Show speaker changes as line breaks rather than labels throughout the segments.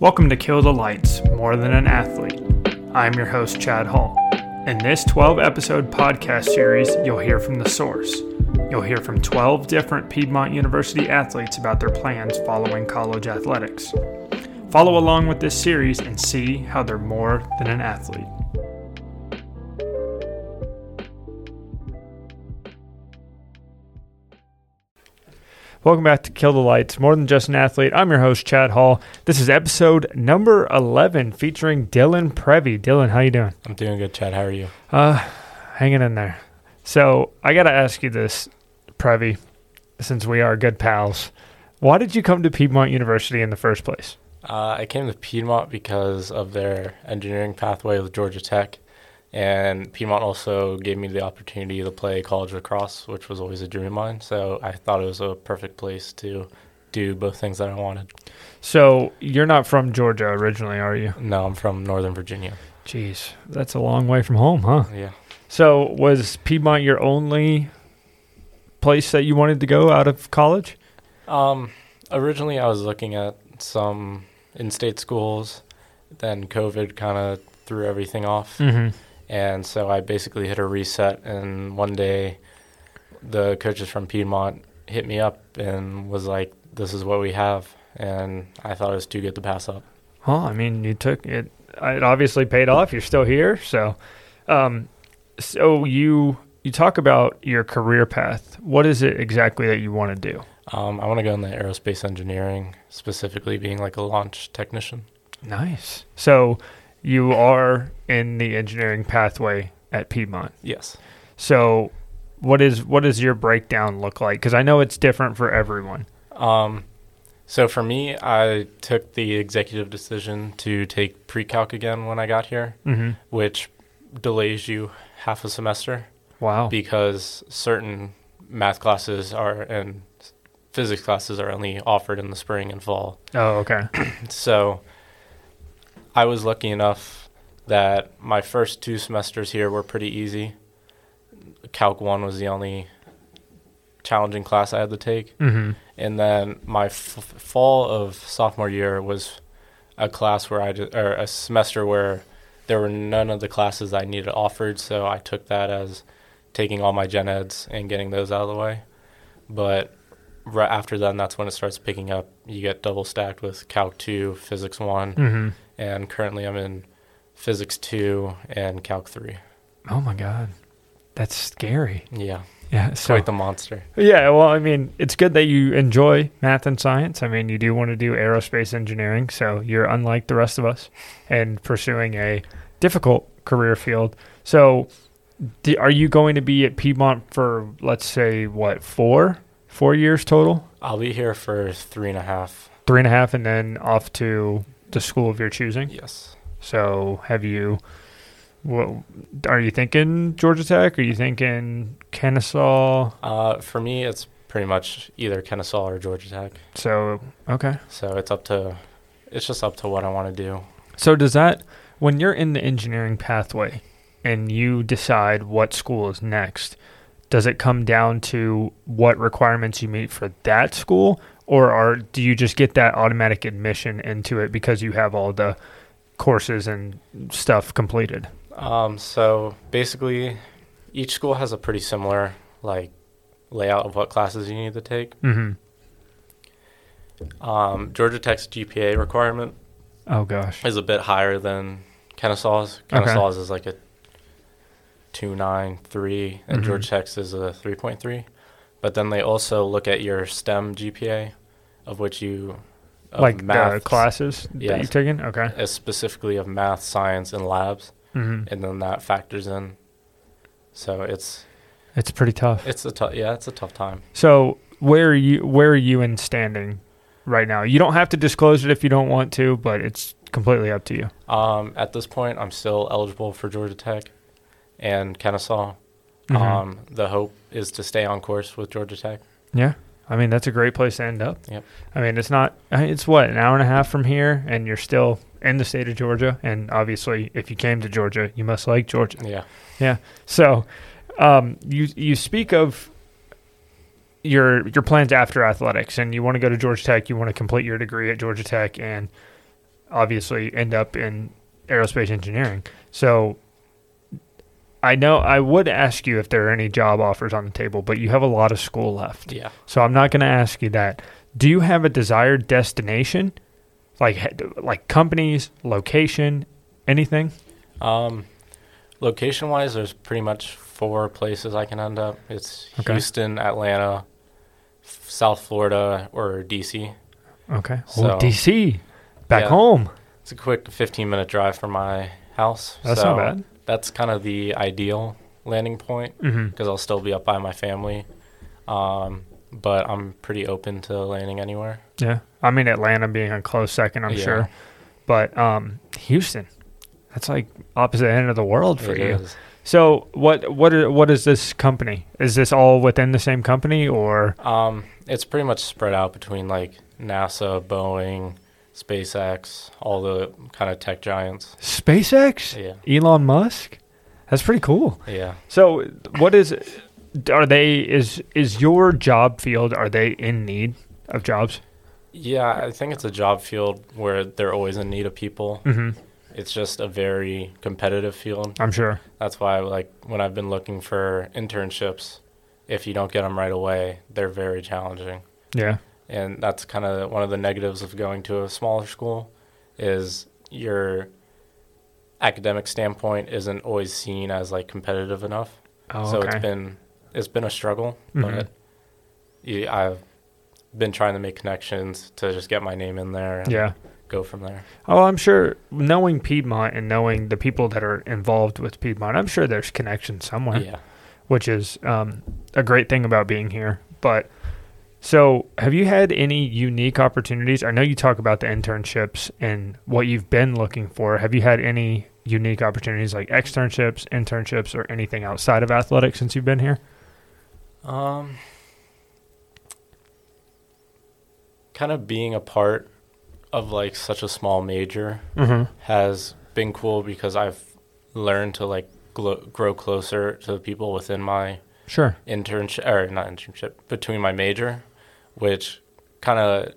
Welcome to Kill the Lights More Than an Athlete. I'm your host, Chad Hall. In this 12 episode podcast series, you'll hear from the source. You'll hear from 12 different Piedmont University athletes about their plans following college athletics. Follow along with this series and see how they're more than an athlete. Welcome back to Kill the Lights, more than just an athlete. I'm your host Chad Hall. This is episode number 11 featuring Dylan Prevy. Dylan, how you doing?
I'm doing good, Chad. How are you?
Hanging in there. So, I got to ask you this, Prevy, since we are good pals. Why did you come to Piedmont University in the first place?
Uh, I came to Piedmont because of their engineering pathway with Georgia Tech, and Piedmont also gave me the opportunity to play college lacrosse, which was always a dream of mine. So I thought it was a perfect place to do both things that I wanted.
So, you're not from Georgia originally, are you?
No, I'm from Northern Virginia.
Jeez, that's a long way from home, huh?
Yeah.
So, was Piedmont your only place that you wanted to go out of college?
Um, originally, I was looking at some in-state schools. Then COVID kind of threw everything off.
Mm-hmm.
And so I basically hit a reset. And one day, the coaches from Piedmont hit me up and was like, "This is what we have." And I thought it was too good to pass up.
Well, I mean, you took it. It obviously paid off. You're still here, so, um, so you you talk about your career path. What is it exactly that you want to do?
Um, I want to go into aerospace engineering, specifically being like a launch technician.
Nice. So, you are in the engineering pathway at Piedmont.
Yes.
So, what is what does your breakdown look like? Because I know it's different for everyone.
Um, so for me, I took the executive decision to take pre-calc again when I got here,
Mm-hmm.
which delays you half a semester.
Wow.
because certain math classes are and physics classes are only offered in the spring and fall.
oh, okay.
So I was lucky enough that my first two semesters here were pretty easy. Calc 1 was the only challenging class I had to take.
Mm-hmm.
And then my f- fall of sophomore year was a class where I just, or a semester where there were none of the classes I needed offered. So I took that as taking all my gen eds and getting those out of the way. But right after then, that's when it starts picking up. You get double stacked with Calc 2, Physics 1,
Mm-hmm.
and currently I'm in Physics 2 and Calc 3.
Oh my God, that's scary.
Yeah,
Yeah. So
quite the monster.
Yeah, well, I mean, it's good that you enjoy math and science. I mean, you do want to do aerospace engineering, so you're unlike the rest of us and pursuing a difficult career field. So, d are you going to be at Piedmont for, let's say, what, four? Four years total?
I'll be here for three and a half.
Three and a half, and then off to the school of your choosing?
Yes.
So, have you. Well, are you thinking Georgia Tech? Are you thinking Kennesaw?
Uh, for me, it's pretty much either Kennesaw or Georgia Tech.
So, okay.
So it's up to, it's just up to what I want to do.
So does that when you're in the engineering pathway and you decide what school is next, does it come down to what requirements you meet for that school or are do you just get that automatic admission into it because you have all the courses and stuff completed?
Um, so basically, each school has a pretty similar like layout of what classes you need to take.
Mhm.
Um, Georgia Tech's GPA requirement
Oh gosh.
is a bit higher than Kennesaw's. Kennesaw's is like a two nine three, and
Mhm.
Georgia Tech's is a three point three. But then they also look at your STEM GPA, of which you of
like uh, the
um, math,
classes that
Yes.
you've taken? Okay.
uh, specifically of math, science, and labs.
hmm
and then that factors in. So it's
It's pretty tough.
it's a tough yeah it's a tough time.
So where are you where are you in standing right now? You don't have to disclose it if you don't want to, but it's completely up to you.
Um, at this point, I'm still eligible for Georgia Tech and Kennesaw.
Mhm.
Um, the hope is to stay on course with Georgia Tech.
yeah. I mean, that's a great place to end up.
Yep.
I mean, it's not I- it's what, an hour and a half from here and you're still in the state of Georgia and obviously if you came to Georgia, you must like Georgia.
Yeah,
So, um you you speak of your your plans after athletics and you want to go to Georgia Tech, you want to complete your degree at Georgia Tech and obviously end up in aerospace engineering. So I know I would ask you if there are any job offers on the table, but you have a lot of school left.
Yeah.
So I'm not going to ask you that. Do you have a desired destination? Like he- like companies, location, anything?
Um, location wise, there's pretty much four places I can end up. It's
Okay.
Houston, Atlanta, f- South Florida, or DC.
Okay.
So-
well, DC. Back
Yeah.
home.
It's a quick 15 minute drive from my house.
That's
so
not bad.
That's kind of the ideal landing point
Mhm.
because I'll still be up by my family. Um, but I'm pretty open to landing anywhere.
Yeah. I mean Atlanta being a close second, I'm
Yeah.
sure. But um Houston. That's like opposite end of the world for
It
you.
is.
So what what are, what is this company? Is this all within the same company or
Um, it's pretty much spread out between like NASA, Boeing, SpaceX, all the kind of tech giants.
SpaceX?
Yeah.
Elon Musk? That's pretty cool.
Yeah.
So what is are they is is your job field are they in need of jobs?
Yeah, I think it's a job field where they're always in need of people.
Mhm.
It's just a very competitive field.
I'm sure.
That's why, like, when I've been looking for internships, if you don't get them right away, they're very challenging.
Yeah.
And that's kind of one of the negatives of going to a smaller school is your academic standpoint isn't always seen as like competitive enough.
Oh,
so
okay.
it's been it's been a struggle,
Mhm.
but you, I've been trying to make connections to just get my name in there. and
yeah.
go from there.
Oh, I'm sure knowing Piedmont and knowing the people that are involved with Piedmont, I'm sure there's connection somewhere.
Yeah.
which is um, a great thing about being here. But so, have you had any unique opportunities? I know you talk about the internships and what you've been looking for. Have you had any unique opportunities like externships, internships, or anything outside of athletics since you've been here?
Um, kind of being a part of like such a small major
Mm-hmm.
has been cool because I've learned to like glo- grow closer to the people within my
Sure.
internship or not internship between my major, which kind of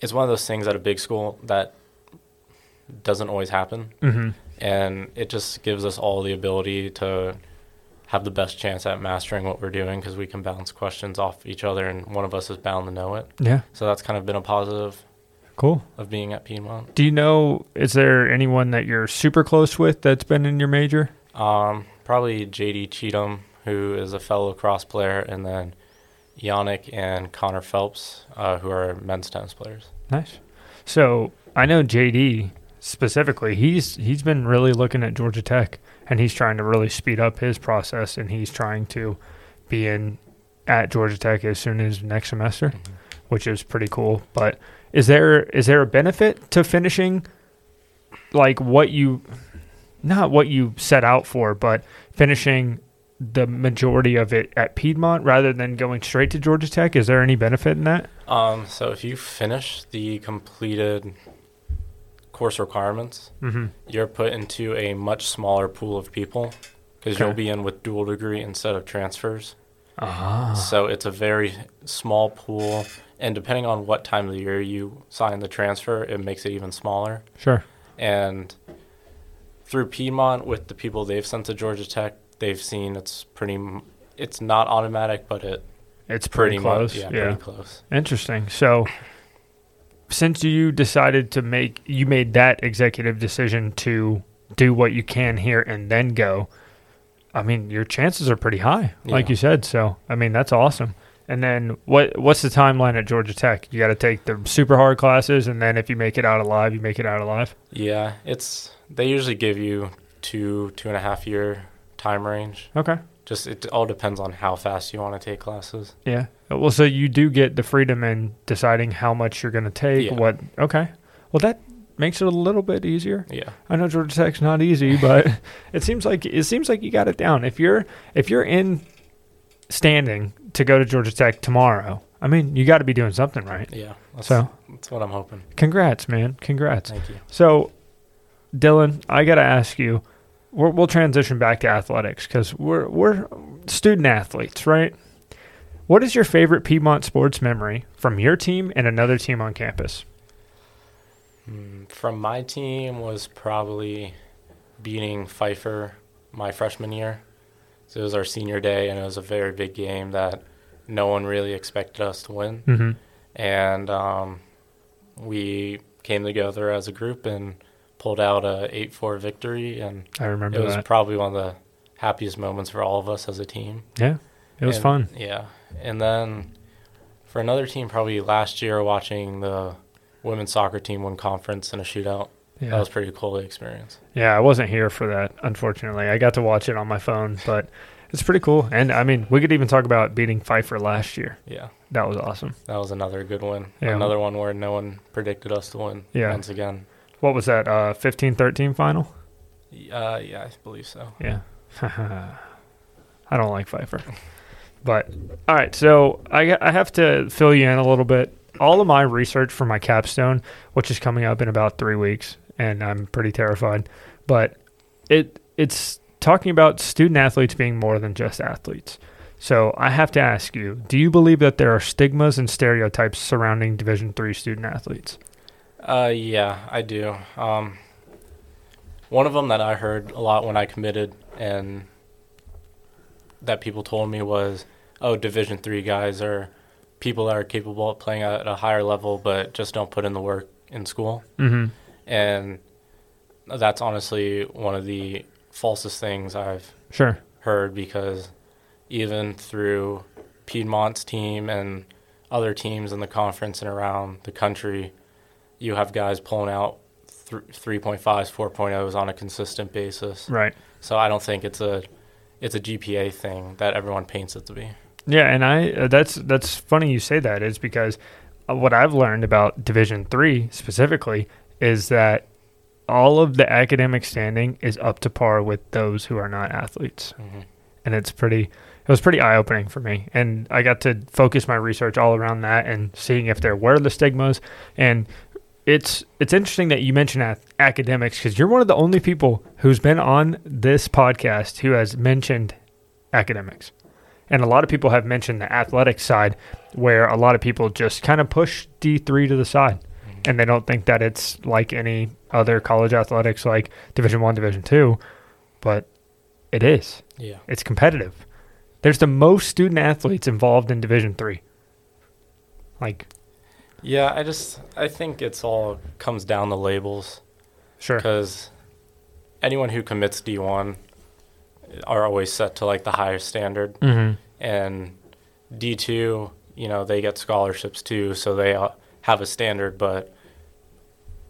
is one of those things at a big school that doesn't always happen.
Mm-hmm.
and it just gives us all the ability to have the best chance at mastering what we're doing because we can bounce questions off each other and one of us is bound to know it.
Yeah.
So that's kind of been a positive
Cool.
of being at Piedmont.
Do you know? Is there anyone that you're super close with that's been in your major?
Um, probably JD Cheatham, who is a fellow cross player, and then Yannick and Connor Phelps, uh, who are men's tennis players.
Nice. So I know JD specifically. He's he's been really looking at Georgia Tech, and he's trying to really speed up his process, and he's trying to be in at Georgia Tech as soon as next semester, which is pretty cool. But is there is there a benefit to finishing like what you not what you set out for, but finishing the majority of it at Piedmont rather than going straight to Georgia Tech? Is there any benefit in that?
Um, so if you finish the completed course requirements,
Mm-hmm.
you're put into a much smaller pool of people because
Okay.
you'll be in with dual degree instead of transfers.
Ah.
So it's a very small pool, and depending on what time of the year you sign the transfer, it makes it even smaller.
Sure.
And through Piedmont, with the people they've sent to Georgia Tech, they've seen it's pretty. m- It's not automatic, but it
It's
pretty,
pretty, close.
Much, yeah,
yeah,
pretty close.
Interesting. So since you decided to make you made that executive decision to do what you can here and then go, I mean, your chances are pretty high, like
Yeah.
you said. So, I mean, that's awesome. And then what what's the timeline at Georgia Tech? You got to take the super hard classes and then if you make it out alive, you make it out alive.
Yeah, it's they usually give you two two and a half year time range.
Okay.
Just it all depends on how fast you want to take classes.
Yeah. Well, so you do get the freedom in deciding how much you're going to take,
Yeah.
what Okay. Well, that makes it a little bit easier.
Yeah.
I know Georgia Tech's not easy, but it seems like it seems like you got it down. If you're if you're in standing to go to Georgia Tech tomorrow, I mean you got to be doing something right.
Yeah. That's,
So
that's what I'm hoping.
congrats, man, congrats.
Thank you.
So, Dylan, I got to ask you. We're, we'll transition back to athletics because we're we're student athletes, right? What is your favorite Piedmont sports memory from your team and another team on campus?
Mm, From my team was probably beating Pfeiffer my freshman year. So it was our senior day, and it was a very big game that no one really expected us to win.
Mm-hmm.
And um, we came together as a group and pulled out a 8-4 victory, and
I remember
it was
that.
probably one of the happiest moments for all of us as a team.
yeah, it was
And-
fun.
Yeah. And then for another team, probably last year, watching the women's soccer team win conference in a shootout.
Yeah.
That was pretty cool to experience.
Yeah, I wasn't here for that, unfortunately. I got to watch it on my phone, but it's pretty cool. And I mean, we could even talk about beating Pfeiffer last year.
Yeah.
That was awesome.
That was another good win.
Yeah.
Another one where no one predicted us to win
Yeah.
once again.
What was that? Uh, 15-13 final?
Uh, yeah, I believe so.
Yeah. I don't like Pfeiffer. But all right, so I I have to fill you in a little bit. All of my research for my capstone, which is coming up in about 3 weeks, and I'm pretty terrified, but it it's talking about student athletes being more than just athletes. So, I have to ask you, do you believe that there are stigmas and stereotypes surrounding Division 3 student athletes?
Uh, yeah, I do. Um, one of them that I heard a lot when I committed and that people told me was, "Oh, Division three guys are people that are capable of playing at a higher level, but just don't put in the work in school."
Mhm.
And that's honestly one of the falsest things I've
Sure.
heard because even through Piedmont's team and other teams in the conference and around the country, you have guys pulling out th- 3.5s, 4.0s on a consistent basis.
Right.
So I don't think it's a it's a GPA thing that everyone paints it to be.
Yeah, and I uh, that's that's funny you say that is because uh, what I've learned about Division 3 specifically is that all of the academic standing is up to par with those who are not athletes.
Mhm.
And it's pretty it was pretty eye-opening for me and I got to focus my research all around that and seeing if there were the stigmas and it's it's interesting that you mention ath- academics cuz you're one of the only people who's been on this podcast who has mentioned academics. And a lot of people have mentioned the athletic side, where a lot of people just kind of push D3 to the side, and they don't think that it's like any other college athletics, like Division One, Division Two, but it is.
Yeah.
It's competitive. There's the most student athletes involved in Division Three. Like,
Yeah, I just I think it's all comes down to labels.
sure,
because anyone who commits D1 are always set to like the higher standard,
Mhm.
and D2, you know, they get scholarships too, so they uh, have a standard. But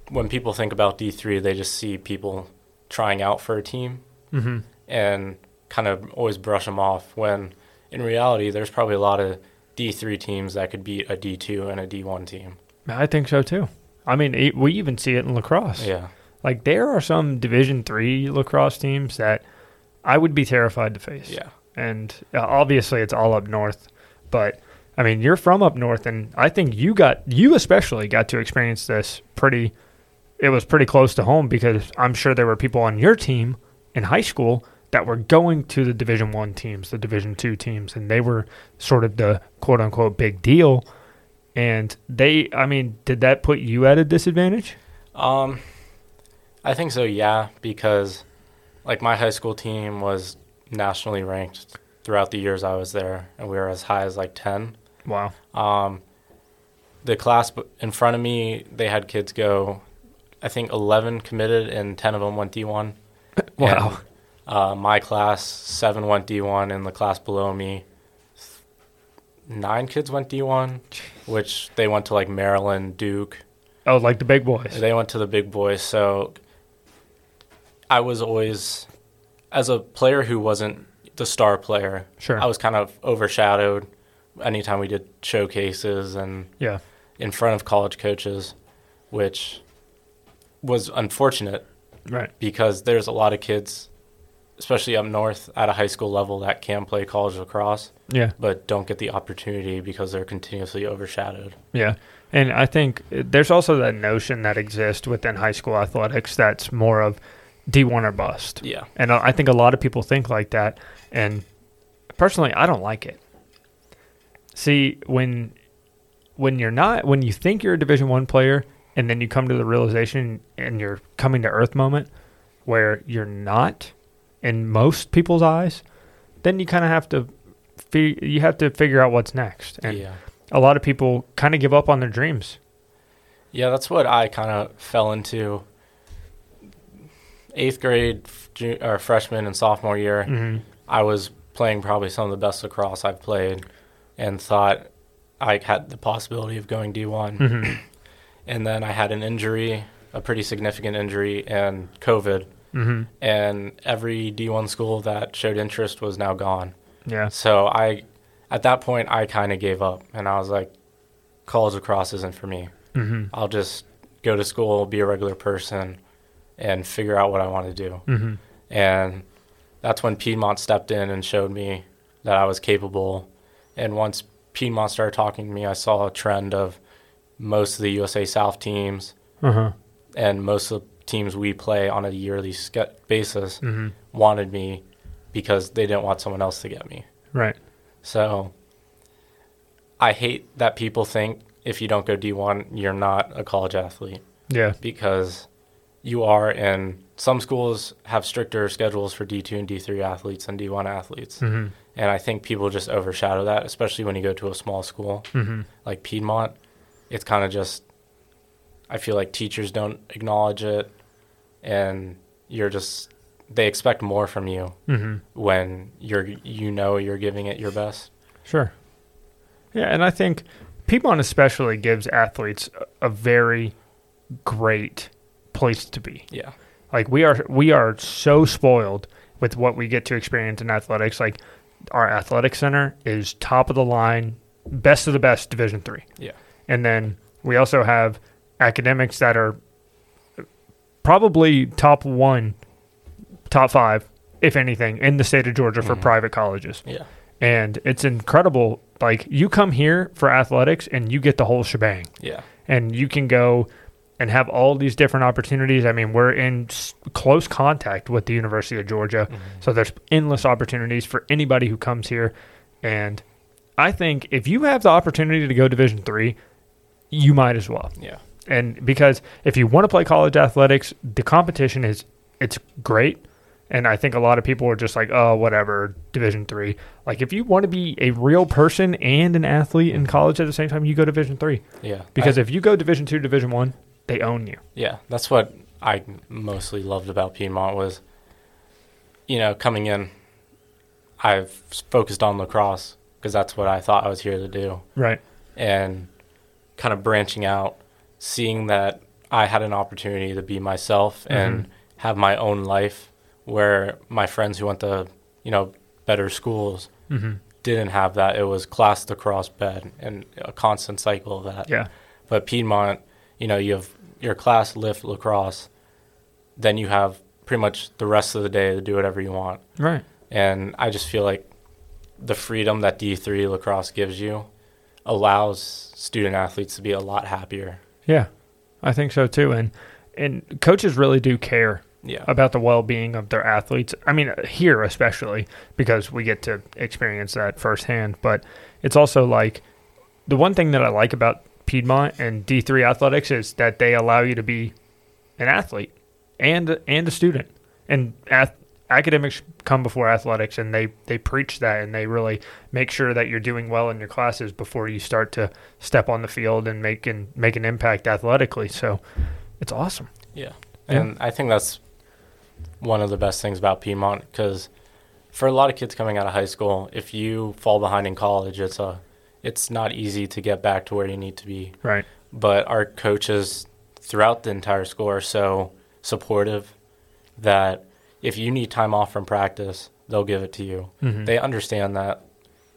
when people think about D3, they just see people trying out for a team
hmm
and kind of always brush them off. When in reality, there's probably a lot of D3 teams that could beat a D2 and a D1 team.
I think so too. I mean, e we even see it in lacrosse.
Yeah.
Like, there are some Division Three lacrosse teams that I would be terrified to face.
Yeah.
and uh, obviously it's all up north but i mean you're from up north and i think you got you especially got to experience this pretty it was pretty close to home because i'm sure there were people on your team in high school that were going to the division 1 teams the division 2 teams and they were sort of the quote unquote big deal and they i mean did that put you at a disadvantage
Um, I think so. Yeah, because like my high school team was nationally ranked throughout the years I was there, and we were as high as like ten.
wow
Um, the class b- in front of me, they had kids go. I think eleven committed, and ten of them went D one.
Wow.
uh, my class seven went D one, and the class below me, nine kids went D one, which they went to like Maryland, Duke,
oh like the big boys
they went to the big boys, so I was always, as a player who wasn't the star player,
Sure.
I was kind of overshadowed anytime we did showcases and
yeah
in front of college coaches, which was unfortunate
right
because there's a lot of kids, especially up north at a high school level, that can play college lacrosse
yeah
but don't get the opportunity because they're continuously overshadowed.
Yeah. And I think uh, there's also that notion that exists within high school athletics that's more of D1 or bust.
Yeah.
And uh, I I think a lot of people think like that. And personally, I don't like it. See, when when you're not when you think you're a Division 1 player, and then you come to the realization and your coming to earth moment where you're not in most people's eyes, then you kind of have to fi- you have to figure out what's next. And
yeah.
a lot of people kind of give up on their dreams.
Yeah, that's what I kind of fell into. Eighth grade, f- ju- or freshman and sophomore year,
Mm-hmm.
I was playing probably some of the best lacrosse I've played, and thought I had the possibility of going D1.
Mhm.
And then I had an injury, a pretty significant injury, and COVID.
Mm-hmm.
And every D1 school that showed interest was now gone.
Yeah.
So I, at that point, I kind of gave up, and I was like, college lacrosse isn't for me.
Mm-hmm.
I'll just go to school, be a regular person, and figure out what I want to do.
Mm-hmm.
And that's when Piedmont stepped in and showed me that I was capable. And once Piedmont started talking to me, I saw a trend of most of the USA South teams
Uh-huh.
and most of the teams we play on a yearly ske- basis
Mm-hmm.
wanted me because they didn't want someone else to get me.
Right.
So I hate that people think if you don't go D1, you're not a college athlete
Yeah.
because you are in some schools have stricter schedules for D2 and D3 athletes than D1 athletes.
Mm-hmm.
And I think people just overshadow that, especially when you go to a small school
Mm-hmm.
like Piedmont. It's kind of just, I feel like teachers don't acknowledge it and you're just, they expect more from you
Mm-hmm.
when you're, you know, you're giving it your best.
Sure. Yeah, and I think Piedmont especially gives athletes a- a very great place to be.
Yeah.
Like we are we are so spoiled with what we get to experience in athletics. Like our athletic center is top of the line, best of the best division 3.
Yeah.
And then we also have academics that are probably top 1, top 5 if anything in the state of Georgia for private colleges
Yeah.
and it's incredible. Like you come here for athletics and you get the whole shebang,
Yeah.
and you can go and have all these different opportunities. I mean, we're in s- close contact with the University of Georgia, so there's endless opportunities for anybody who comes here. And I think if you have the opportunity to go Division three, you might as well
Yeah.
and because if you want to play college athletics, the competition is it's great, and I think a lot of people are just like, oh, whatever, Division three. Like if you want to be a real person and an athlete in college at the same time, you go Division three
Yeah.
because if you go Division two, Division one, they own you.
Yeah, that's what I mostly loved about Piedmont was, you know, coming in, I've focused on lacrosse because that's what I thought I was here to do,
Right.
and kind of branching out, seeing that I had an opportunity to be myself and have my own life, where my friends who went to, you know, better schools
Mm-hmm.
didn't have that. It was class lacrosse bed and a constant cycle of that.
Yeah.
But Piedmont, you know, you have your class lift lacrosse, then you have pretty much the rest of the day to do whatever you want.
Right.
And I just feel like the freedom that D3 lacrosse gives you allows student athletes to be a lot happier.
Yeah, I think so too. And and coaches really do care
Yeah.
about the well-being of their athletes. I mean, here especially because we get to experience that firsthand, but it's also like the one thing that I like about Piedmont and D3 athletics is that they allow you to be an athlete and and a student. And ath- academics come before athletics and they they preach that and they really make sure that you're doing well in your classes before you start to step on the field and make and make an impact athletically. So it's awesome.
Yeah.
Yeah.
And I think that's one of the best things about Piedmont because for a lot of kids coming out of high school, if you fall behind in college, it's a it's not easy to get back to where you need to be.
Right.
but our coaches throughout the entire school are so supportive that if you need time off from practice, they'll give it to you.
Mhm.
They understand that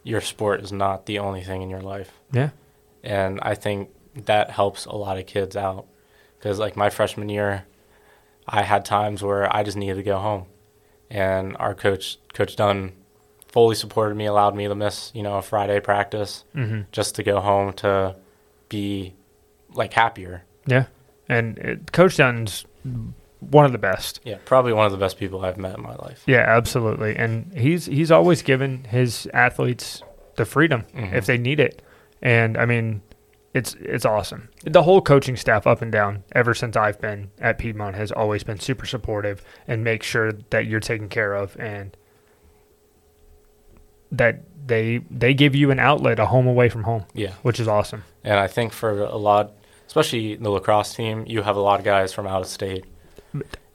your sport is not the only thing in your life.
Yeah.
And I think that helps a lot of kids out. Because, like, my freshman year, I had times where I just needed to go home. And our coach, Coach Dunn, fully supported me, allowed me to miss, you know, a Friday practice
Mhm.
just to go home to be, like, happier.
Yeah, and it, Coach Dunton's one of the best.
Yeah, probably one of the best people I've met in my life.
Yeah, absolutely. And he's he's always given his athletes the freedom
Mhm.
if they need it. And I mean, It's it's awesome. The whole coaching staff up and down ever since I've been at Piedmont has always been super supportive and make sure that you're taken care of and that they they give you an outlet, a home away from home,
Yeah.
which is awesome.
And I think for a lot, especially the lacrosse team, you have a lot of guys from out of state.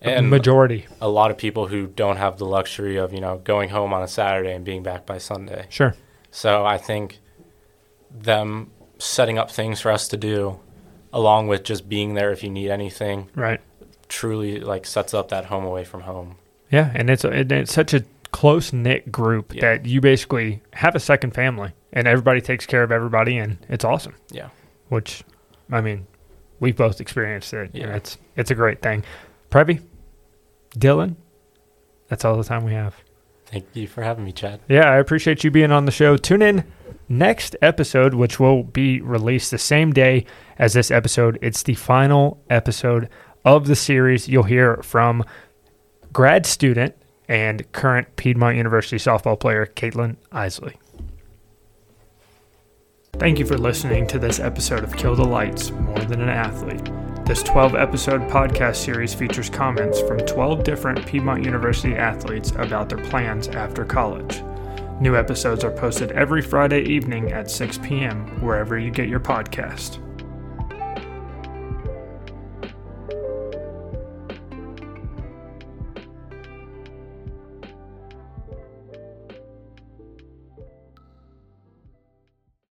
And
Majority,
a lot of people who don't have the luxury of, you know, going home on a Saturday and being back by Sunday.
sure.
So I think them setting up things for us to do, along with just being there if you need anything,
Right.
truly like sets up that home away from home.
Yeah, and it's and it's such a close knit group
Yeah.
that you basically have a second family, and everybody takes care of everybody, and it's awesome.
Yeah.
Which, I mean, we've both experienced it. Yeah,
Yeah.
it's it's a great thing. Prevy, Dylan, that's all the time we have.
Thank you for having me, Chad.
Yeah, I appreciate you being on the show. Tune in next episode, which will be released the same day as this episode. It's the final episode of the series. You'll hear from grad student and current Piedmont University softball player, Caitlin Isley. Thank you for listening to this episode of Kill the Lights More Than an Athlete. This 12 episode podcast series features comments from 12 different Piedmont University athletes about their plans after college. New episodes are posted every Friday evening at 6 p.m., wherever you get your podcast.